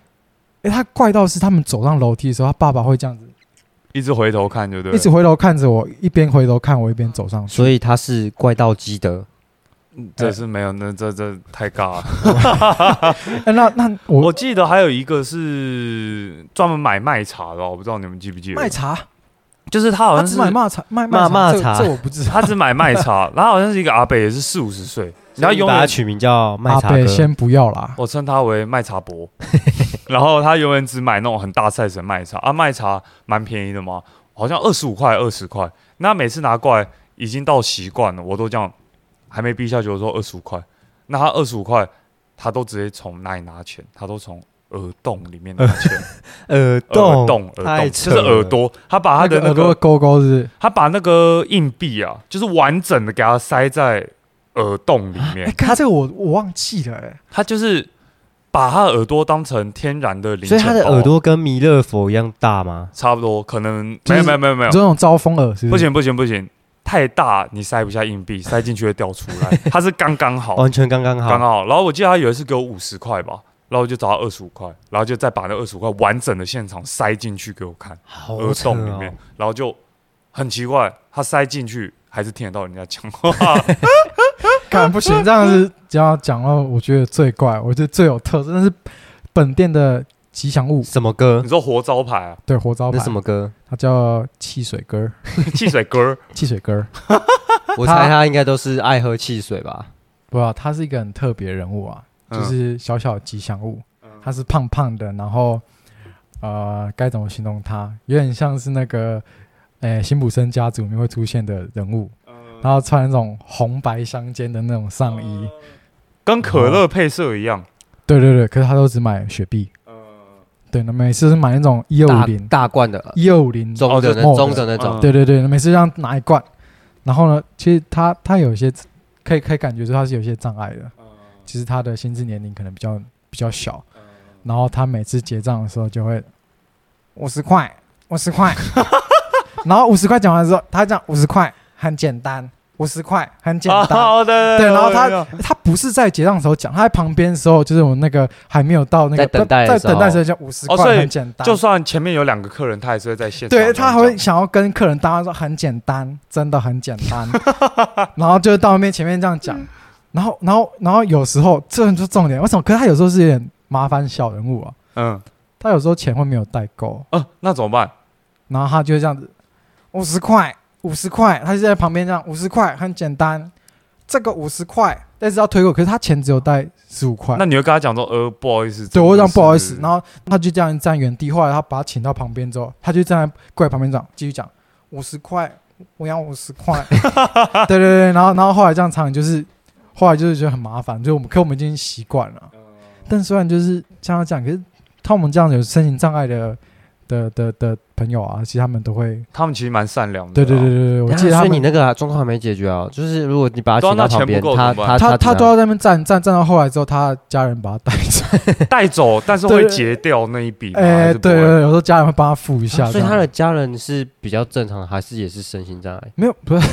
诶，他怪到是他们走上楼梯的时候，他爸爸会这样子，一直回头看，对不对？一直回头看着我，一边回头看我，一边走上 去。所以他是怪盗基德。嗯哎这是没有，那这这太尬了。诶，那那我我记得还有一个是专门买麦茶的哦，我不知道你们记不记得卖？茶，就是他好他像只是买骂茶，卖骂骂这茶这我不知道。他只买麦茶，然后好像是一个阿北，也是四五十岁，然后永把他远取名叫麦阿茶哥贝，啊先不要啦，我称他为麦茶伯， 然后他永远只买那种很大 size 的麦茶啊，麦茶蛮便宜的嘛，好像二十五块、二十块。那每次拿过来已经到习惯了，我都这样，还没逼下去，我说二十五块。那他二十五块，他都直接从哪里拿钱？他都从耳洞里面拿钱，耳耳洞，洞，耳太洞，扯就是耳了朵。他把他那的那个耳朵个的勾勾是他把那个硬币啊，就是完整的给他塞在耳洞里不是，面哎，。看这个我我忘记了，哎，他就是把他耳朵当成天然的零所钱以包，他的耳朵跟弥勒佛一样大吗？差不多，可能就没有是没有没有没有就，那种招风耳是不是？行不行不行，太大你塞不下硬 币，塞进去会掉出来，他是刚刚好，哦完全刚刚哦刚刚好，好。然后我记得他有一次给我五十块吧，然后我就找他二十五块，然后就再把那二十五块完整的现场塞进去给我看，好耳扯哦洞里面，然后就很奇怪，他塞进去还是听得到人家 讲话，看不行，这样子只要讲到我觉得最怪，我觉得最有特色，那是本店的吉祥物，什么歌你？说活招牌啊，对，活招牌那，什么歌？它叫汽水哥儿，汽水哥儿，汽水哥儿， 我他猜他应该都是爱喝汽水吧。不知道他是一个很特别人物啊， 就嗯是小小吉祥物，他是胖胖的，然后呃，该怎么形容他？有点像是那个，呃，辛普森家族里面会出现的人物，然后穿那种红白相间的那种上嗯衣，跟可乐配色一样，对对对，可是他都只买雪碧，对，那每次是买那种一二五大零，哦大罐的，一二五零中的哦啊中的那种。对对对，每次这样拿一罐，然后呢，其实他他有一些可以可以感觉出他是有些障碍的，啊其实他的心智年龄可能比较比较小，然后他每次结账的时候就会五十块，五十块， 然后五十块讲完之后，他讲五十块很简单，五十块很简单， 哦啊对对，然后对他他不是在结账的时候讲，他在旁边的时候，就是我那个还没有到那个在等待的在时候等待的时候就五十哦所以块，很简单。就算前面有两个客人，他还是会在现场这对样讲。他还会想要跟客人搭话说哎很简单，真的很简 单，然后就到面前面这样嗯讲，然后然后然后有时候这人就重点，为什么？可是他有时候是有点麻烦小人物啊，嗯他有时候钱会没有带够，哦，那怎么办？然后他就会这样子，五十块，五十块，他就在旁边这样，五十块很简单，这个五十块，但是要退货，可是他钱只有带十五块，那你会跟他讲说，呃，不好意思，对，我真的讲是不好意思，然后他就这样站原地。后来他把他请到旁边之后，他就站在柜台旁边讲，继续讲五十块，我要五十 块。对对对，然后然后后来这样常常就是，后来就是觉得很麻烦，就我们可我们已经习惯了。嗯但虽然就是像他讲，可是像我们这样有身心障碍的的的的朋友啊，其实他们都会，他们其实蛮善良的。啊对对对对，对，我等一下记得他所以你们那个啊状况还没解决啊，就是如果你把他对啊请到那钱旁边，不够他怎么办他他他都要在那边站站站到后来之后，他家人把他带走。带走，但是对会对结掉那一笔吗。还哎，是不对会对，对有时候家人会帮他付一怎么下。啊样所以这他样的家人是比较正常的，还是也是身心障碍？没有，不是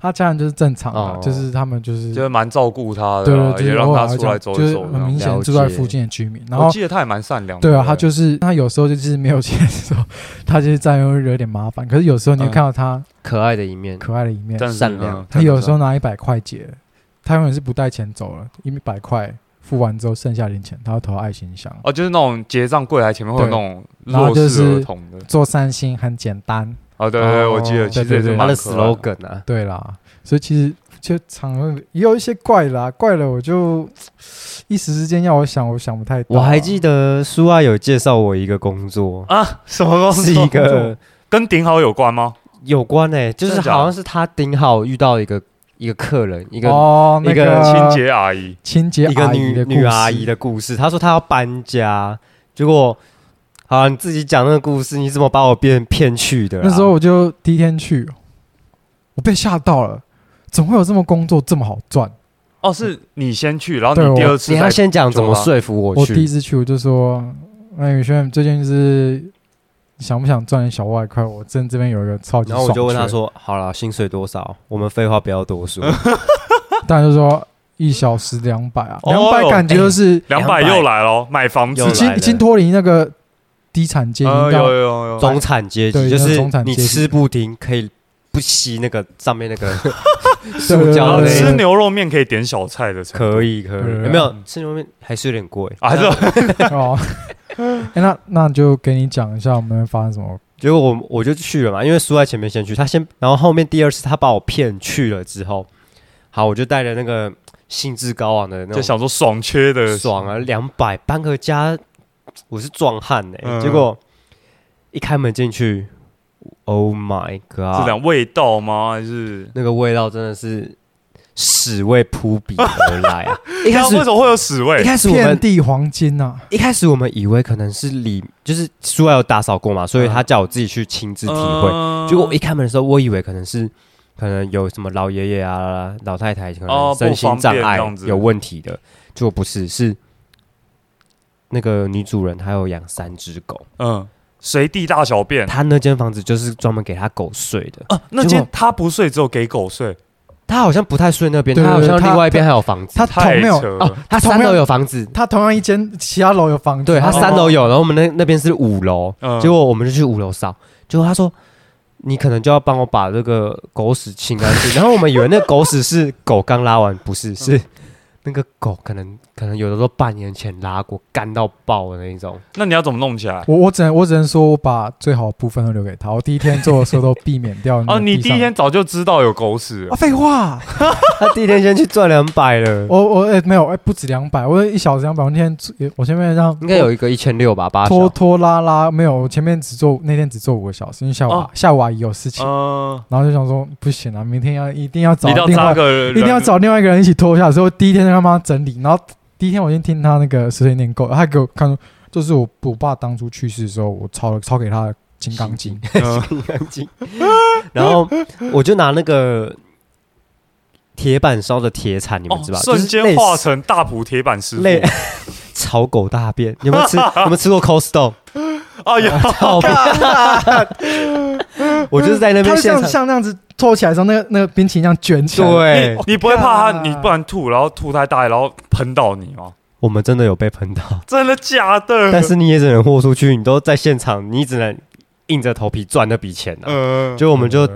他家人就是正常的、啊哦就是他们就是就是蛮照顾他的对啊，对，就是也让偶他尔会出这来样走就一是走。很这样明显了住在解附近的居民，然我后记得他也蛮善良的。 对啊，他就是他有时候就是没有钱的时候，他就是在外面会惹点麻烦，可是有时候你会嗯看到他可爱的一面，可爱的一面，但是善良嗯他有时候拿一百块结，他永远是不带钱走了，一百块付完之后剩下零钱，他要投爱心箱。哦，就是那种结账柜台前面会有那种然后弱就势是儿童的。做三星很简单，哦，对对对，哦我记得，对其实对也是对他蛮的可爱 slogan 啊，对啦，所以其实就常常也有一些怪啦、怪了我就一时之间要我想，我想不太到啊、我还记得苏爱有介绍我一个工作，啊，什么东是西？一个跟顶好有关吗？有关诶、就真是的假的好像是他顶好遇到一个一个客人，一个、哦，那一个个清洁阿姨，清洁一个阿姨女的故女阿事姨的故事。他说他要搬家，结果好、啊，你自己讲那个故事，你怎么把我变骗去的啦？啊那时候我就第一天去，我被吓到了，怎么会有这么工作这么好赚？哦，是你先去，然后对你我第二次你要再先讲怎么说服我我去。第一次去我就说，哎那宇轩最近就是想不想赚点小外快？我真这边有一个超级然爽后缺，我就问他说：“好了，薪水多少？我们废话不要多 说。当然就说一小时两百啊，哦两百、感觉就是两百200又来了，买房子哎又来已经了哎已经脱离那个低产阶级呃，有到、有有中产阶级对就是中产你阶级吃不停，可以不吸那个上 面那个对塑胶的然后那对吃个，牛肉面可以点小菜的程度，可以可对对以。对有没有吃牛肉面还是有点贵啊，还是 哦。哎那那就给你讲一下我们发生什么。结果我我就去了嘛，因为输在前面先去，他先，然后后面第二次他把我骗去了之后，好，我就带着那个兴致高昂的那就种想说啊爽缺的嗯爽啊，两百搬个家，我是壮汉呢、嗯结果一开门进去，Oh my 是 god，讲味道吗？还是那个味道真的是屎味扑鼻而来 啊！一开那始为什么会有屎一味？开始我遍们地黄金啊呐、一开始我们以为可能是里就是苏要有打扫过嘛，所以他叫我自己去亲自体会。嗯结果我一开门的时候，我以为可能是可能有什么老爷爷啊、老太太可哦能身心障不方便碍这样子有问题的，结果不是，是那个女主人她有养三只狗，嗯，随地大小便她那间房子就是专门给她狗睡的。哦啊，那结果间他不睡，只有给狗睡，她好像不太睡那边，对她好像对她另外一边还有房子。他太同没有扯哦了。，她三楼有房子，他同样一间，啊其他楼有房子，对，她然后三楼有，然后我们那那边是五楼，嗯结果我们就去五楼扫，结果她说。你可能就要帮我把这个狗屎清干 净，然后我们以为那狗屎是狗刚拉完，不嗯是，是那个狗可能可能有的时候半年前拉过，干到爆的那一种。那你要怎么弄起来？我我只能我只能说，我把最好的部分都留给他。我第一天做的时候都避免掉那哦，个地你上。第一天早就知道有狗屎啊，废话，他第一天先去赚两百了， 我我、哎没有哎、不止两百，我一小时两百。我那天做我前面让应该有一个一千六吧，八拖哦小。拖拉拉，没有，我前面只做那天只做五个小时，因为下午、啊哦下午阿姨有事情，嗯，然后就想说不行啊，明天要一定要找一定要另外扎个人，一定要找另外一个人一起拖一下，所以我第一天就让他帮他整理，然后第一天我先听他那个碎碎念够，他给我看说，就是我我爸当初去世的时候，我抄了抄给他的《金刚经》，嗯干净。然后我就拿那个铁板烧的铁铲，你们知道吧？就哦瞬是间类化似成大埔铁板师 傅类炒狗大便，你有没 有吃？有没有吃过 cold stone？啊！ 有操！我就是在那它边会现像哎场，像那样子托起来的时候，那个那个冰淇淋这样卷起来。对，哦你不会怕他， God 你不然吐，然后吐太大，然后喷到你吗？我们真的有被喷到，真的假嗯的？但是你也只能豁出去，你都在现场，你只能硬着头皮赚那笔钱嗯啊。呃，就我们就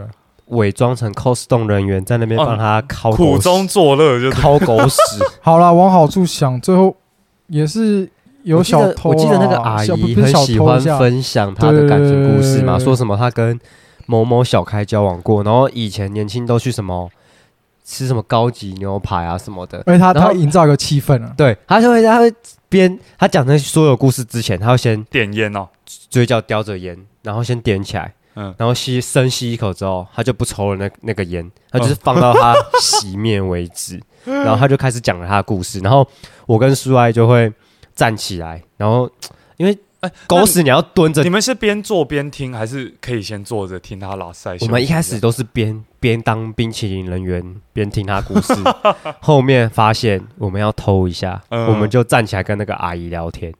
伪装成 cos 动人员在那边哦帮他烤狗苦屎中作乐，就烤狗屎，好啦，往好处想，最后也是 有小偷我啊记得。我记得那个阿小不姨不是很小喜偷啊欢一下分享她的感情故事嘛，对说什么她跟某某小开交往过，然后以前年轻都去什么吃什么高级牛排啊什么的，而且他然后他营造一个气氛啊，对，她就会她会边她讲那所有故事之前，她会先点烟哦。嘴角叼着烟，然后先点起来。嗯然后吸深吸一口之后，她就不抽了那那个烟，她就是放到她熄灭为 止。然后她就开始讲了她的故事，然后我跟苏爱就会站起来，然后因为哎狗屎你要蹲着你，们是边做边听，还是可以先坐着听他拉塞？我们一开始都是边边当冰淇淋人员边听她故事， 后面发现我们要偷一下，嗯我们就站起来跟那个阿姨聊天，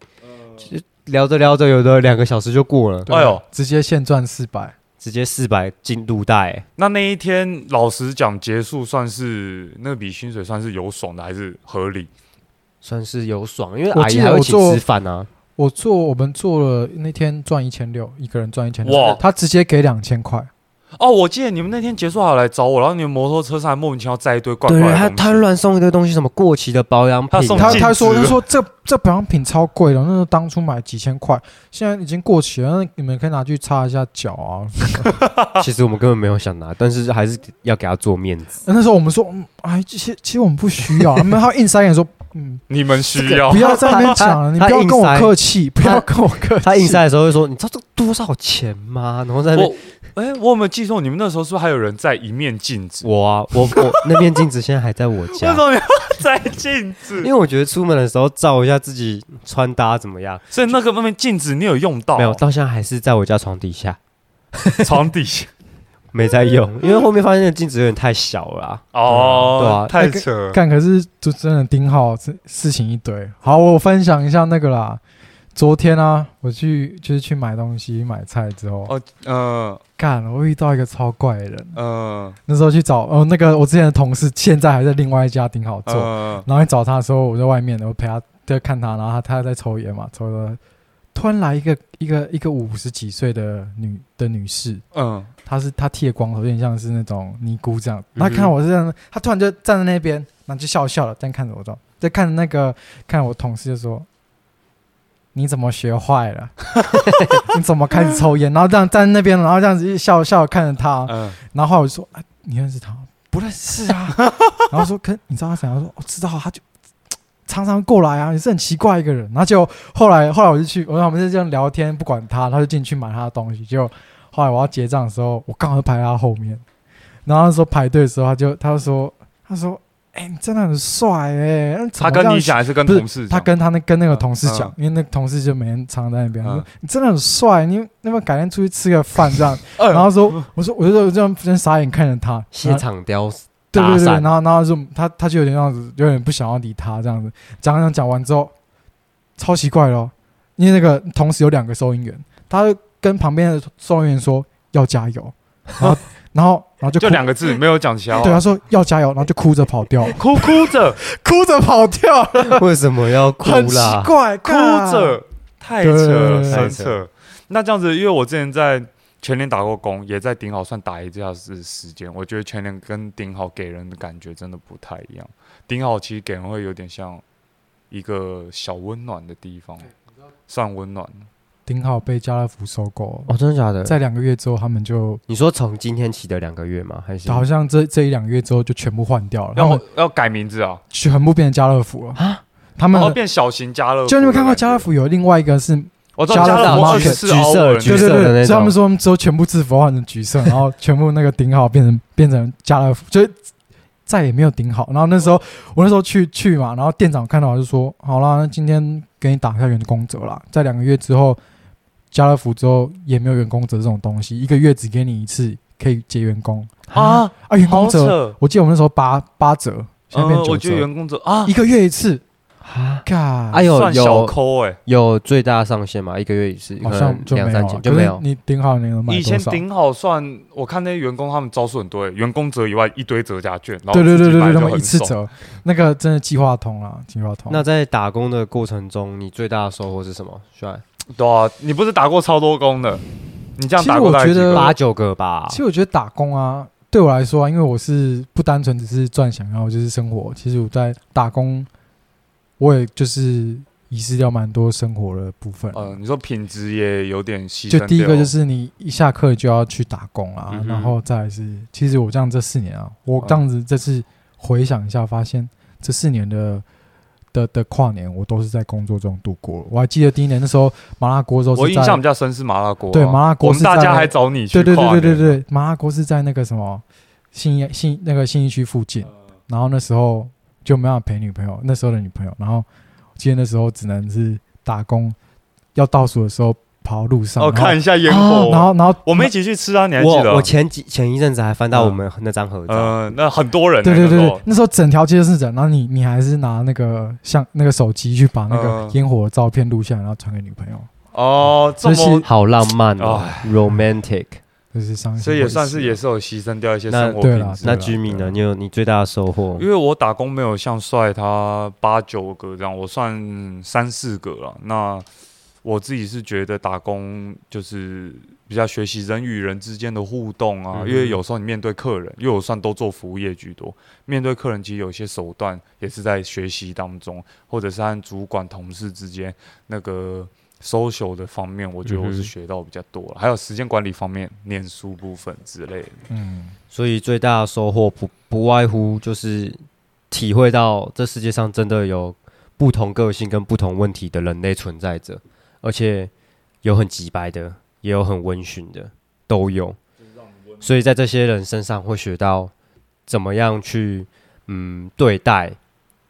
就聊着聊着，有的两个小时就过了，对哎呦，直接现赚四百，直接四百进入袋、欸那那一天，老实讲，结束算是那笔薪水算是有爽的，还是合理？算是有爽，因为我阿记姨得还会我一起做吃饭啊。我做我们做了那天赚一千六，一个人赚一千哇六，他直接给两千块，哦，我记得你们那天结束还有来找我，然后你们摩托车上还莫名其妙载一堆怪怪对的他，东西他乱送一堆东西，什么过期的保养他品送啊，他禁他说止他了说这这保养品超贵的，那时候当初买几千块，现在已经过期了，那你们可以拿去擦一下脚啊。 其实我们根本没有想拿，但是还是要给他做面子。那时候我们说，嗯，哎，其实其实我们不需要，他们还硬塞眼说，嗯，你们需要不要在那边讲了，你不要 跟他我硬塞客气，不要跟我客气。他硬塞的时候就说：“你知道这多少钱吗？”然后在那边我。哎、我有没有记错？你们那时候是不是还有人在一面镜子？我啊，我我那面镜子现在还在我为家什，么你要在镜 因子？为我觉得出门的时候照一下自己穿搭怎么样，所以那个方面镜子你有用哦到？没有，到现在还是在我家床底下 床 底下没在 用，因为后面发现那镜子有点太小了啊。哦，对太扯了。看，可是就真的丁浩这事情一堆。好，我分享一下那个啦。昨天啊，我去就是去买东西买菜之后，哦，嗯干、我遇到一个超怪的人。嗯那时候去找哦，那个我之前的同事现在还在另外一家丁浩做，嗯，然后去找他的时候，我在外面，我陪他在看他，然后他他在抽烟嘛，抽了，突然来一个一个一个五十几岁的女的女士，嗯，她是她剃了光头，有点像是那种尼姑这样。嗯她哼看我是这样，她突然就站在那边，然后就笑笑了，这样看着我，这样在看着那个看我同事就说：“你怎么学坏了？ 你怎么开始抽烟？”然后这样站在那边，然后这样子一笑笑看着啊他，嗯，然后后来我就说：“啊，你认识他吗？不认识啊。”然后说：“可你知道他怎样？”我说：“我、知道啊，他就常常过来啊，也是很奇怪一个人。”然后就后来后来我就去，我说我们就这样聊天，不管他，他就进去买他的东西。就后来我要结账的时候，我刚好就排在他后面。然后那时候排队的时候，他就他就说：“他说，哎、你真的很帅哎、那怎他么跟这你样讲还是跟不是同事讲？他跟他那跟那个同事讲嗯，因为那个同事就每天常在那边，他嗯说你真的很帅，你那么改天出去吃个饭这样。嗯然后说，我说，我就我这样真傻眼看着他，现场雕 对搭对对，讪然后然后就他他就有点那样子，有点不想要理他这样子。讲讲讲完之后，超奇怪咯，因为那个同时有两个收银员，他就跟旁边的收银员说要加油，然后然后然后就就哭两个字，没有讲其他对啊话他，说要加油，然后就哭着跑掉，哭哭着哭着跑掉了， 为什么要哭很奇啦？怪，啊哭干着，太扯了，对神太扯扯。那这样子，因为我之前在全联打过工，也在顶好算打一架是时间，我觉得全联跟顶好给人的感觉真的不太一样。顶好其实给人会有点像一个小温暖的地方，算温暖。顶好被家乐福收购，哦，真的假的？在两个月之后，他们就你说从今天起的两个月吗？还是好像这这一两个月之后就全部换掉了，然要后要改名字啊，全部变成家乐福了啊！他然们后变小型家乐福的感觉。就你们看过家乐福有另外一个是我知道家家乐乐福福二十四橘色欧文橘对色对的那种对，所以他们说他们之后全部制服换成橘色，然后全部那个顶好变成变成家乐福，就是再也没有顶好。然后那哦时候我那时候去去嘛，然后店长看到我就说：“好啦，那今天给你打一下员工折啦，在两个月之后，家乐福之后也没有员工折这种东西，一个月只给你一次可以结员工啊，啊，员工好折，扯。我记得我们那时候八八折，现在变嗯，九我觉得折，员工折啊一，个月一次，啊，嘎，哎呦算小有抠哎。有最大上限嘛？一个月一次，好可像能就两没三有千啊，就可没是有。你顶好你能买以前多少？顶好算，我看那些员工他们招数很多欸，员工折以外一堆折价券，然后对对自对己对买对，就他们很啊一次爽。折，那个真的计划通了，计划通。那在打工的过程中，你最大的收获是什么？帅，对啊，你不是打过超多工的？你这样其实打过我大概觉几得个呃八九个吧其。实我觉得打工啊，对我来说啊，因为我是不单纯只是赚钱，然后就是生活。其实我在打工，我也就是遗失掉蛮多生活的部分。呃，你说品质也有点牺牲就掉。第一个就是你一下课就要去打工啊，嗯哼然后再来是，其实我这样这四年啊，嗯我这样子这次回想一下，发现这四年的。的的跨年，我都是在工作中度过。我还记得第一年那时候麻辣锅的时候是在，我印象比较深是麻辣锅啊、对麻辣锅我们是大家在还找你去对对跨对对对年对，麻辣锅是在那个什么信义信那个信义区附近，然后那时候就没办法陪女朋友，那时候的女朋友，然后记得那时候只能是打工，要倒数的时候跑到路上，哦，然后看一下烟啊火，然后然后我们一起去吃啊，你还记得我啊我？前几前一阵子还翻到我们那张合嗯照，呃，那很多人欸对对那时对对候，那时候整条街都是人，然后你你还是拿那个像那个手机去把那个嗯烟火的照片录下来，然后传给女朋友，哦，这所以么是好浪漫哦，romantic。就是伤心。所以也算是也是有牺牲掉一些生活品质那对啦那啊。居民对呢？啊你有你最大的收获因？为我打工没有像帅他八九个这样，我算三四个了。那我自己是觉得打工就是比较学习人与人之间的互动啊，嗯因为有时候你面对客人，因为我算都做服务业居多，面对客人其实有些手段也是在学习当中，或者是和主管、同事之间那个 social 的方面，我觉得我嗯是哼学到比较多了，还有时间管理方面、念书部分之类的。嗯，所以最大的收获不不外乎就是体会到这世界上真的有不同个性跟不同问题的人类存在着，而且有很直白的，也有很温驯的，都有。所以在这些人身上会学到怎么样去嗯对待，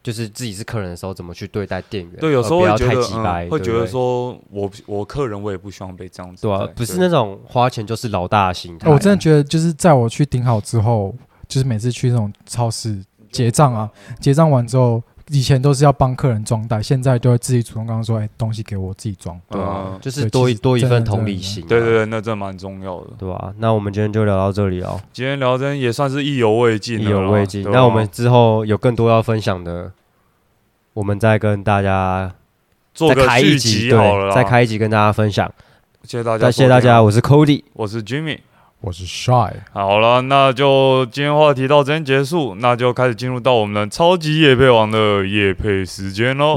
就是自己是客人的时候怎么去对待店员，对，有时而候不会要觉太得，直白，嗯、对不会觉得对说我我客人我也不希望被这样子对待，啊，不是那种花钱就是老大的心态。哦我真的觉得就是在我去顶好之后，就是每次去那种超市结账啊，结账完之后，以前都是要帮客人装袋，现在都会自己主动跟他说：“哎、东西给我自己装。对啊嗯就是哦对多其一实多一真的份真同的理真的心啊，对对对，那真的蛮重要的。对啊，那我们今天就聊到这里哦，今天聊真也算是意犹未尽意了啦，犹未尽。对啊那我们之后有更多要分享的，我们再跟大家做再个开一续集，集好了对，啦，再开一集跟大家分享。谢谢大家，啊再谢谢大家，，我是 Cody，我是 Jimmy。”我是 Shy，好了，那就今天话题到这边结束，那就开始进入到我们的超级夜配王的夜配时间喽。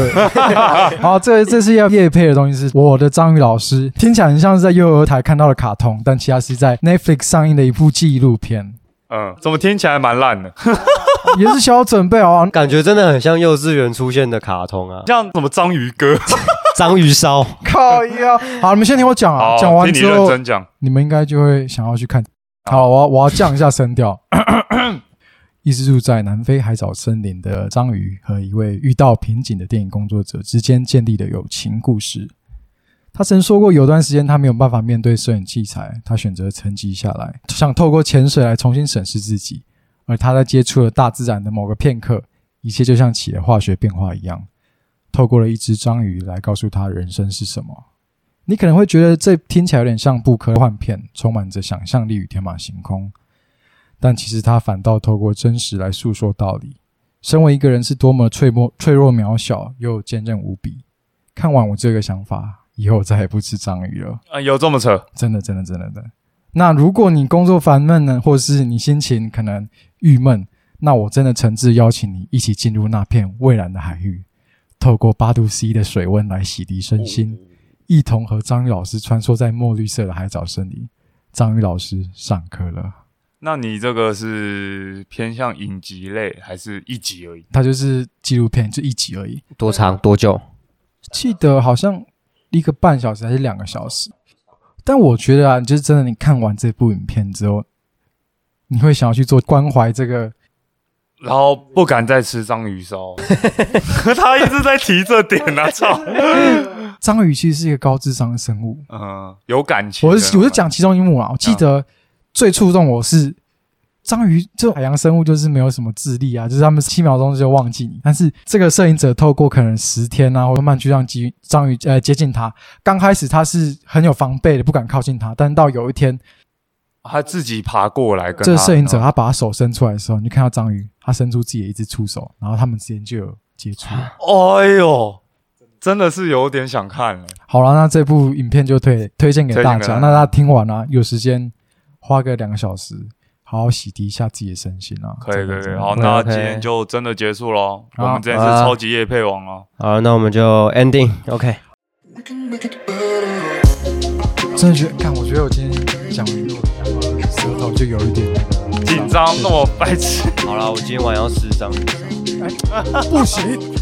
好，这这次要夜配的东西是我的章鱼老师，听起来很像是在幼儿台看到的卡通，但其实它是在 Netflix 上映的一部纪录片，嗯，怎么听起来蛮烂的？也是小有准备哦。感觉真的很像幼稚园出现的卡通 啊，像什么章鱼哥？章鱼烧。靠呀！好，你们先听我讲啊，好，讲完哦听你之认后，真讲。你们应该就会想要去看。好，我要我要降一下声调。 一直住在南非海藻森林的章鱼和一位遇到瓶颈的电影工作者之间建立的友情故事。他曾说过，有段时间他没有办法面对摄影器材，他选择沉寂下来，想透过潜水来重新审视自己。而他在接触了大自然的某个片刻，一切就像起了化学变化一样，透过了一只章鱼来告诉他人生是什么。你可能会觉得这听起来有点像部科幻片，充满着想象力与天马行空，但其实它反倒透过真实来诉说道理。身为一个人是多么脆弱、脆弱、渺小，又坚韧无比。看完我这个想法，以后再也不吃章鱼了。啊，有这么扯？真的，真的，真的，真的。那如果你工作烦闷呢，或是你心情可能郁闷，那我真的诚挚邀请你一起进入那片蔚蓝的海域，透过八度 C 的水温来洗涤身心，一同和章鱼老师穿梭在墨绿色的海藻森林。章鱼老师上课了，那你这个是偏向影集类，还是一集而已？它就是纪录片，就一集而已。多长多久？记得好像一个半小时还是两个小时。但我觉得啊，就是真的，你看完这部影片之后，你会想要去做关怀这个然后不敢再吃章鱼烧， 他一直在提这点啊，操，章鱼其实是一个高智商的生物。嗯，有感情的。嗯我是我就讲其中一幕啊，我记得最触动我是章鱼这种海洋生物，就是没有什么智力啊，就是他们七秒钟就忘记你。但是这个摄影者透过可能十天啊，或慢慢去让鲫章鱼呃接近它。刚开始它是很有防备的，不敢靠近它，但到有一天，他自己爬过来跟这他摄影者嗯他把他手伸出来的时候，你就看到章鱼，他伸出自己的一只触手，然后他们之间就有接触了。哎呦，真的是有点想看了。好了，那这部影片就推推荐给大推荐给大家。家那大家听完啊，有时间花个两个小时，好好洗涤一下自己的身心啊。可以真可的以，真可以的好， OK，那 OK 今天就真的结束喽。我好们这次好啊超级夜配王哦了，好，那我们就 ending。OK，真的觉得，看，我觉得我今天讲完之后，舌头就有一点紧张那么白痴。好了，我今天晚上要吃章鱼。不行。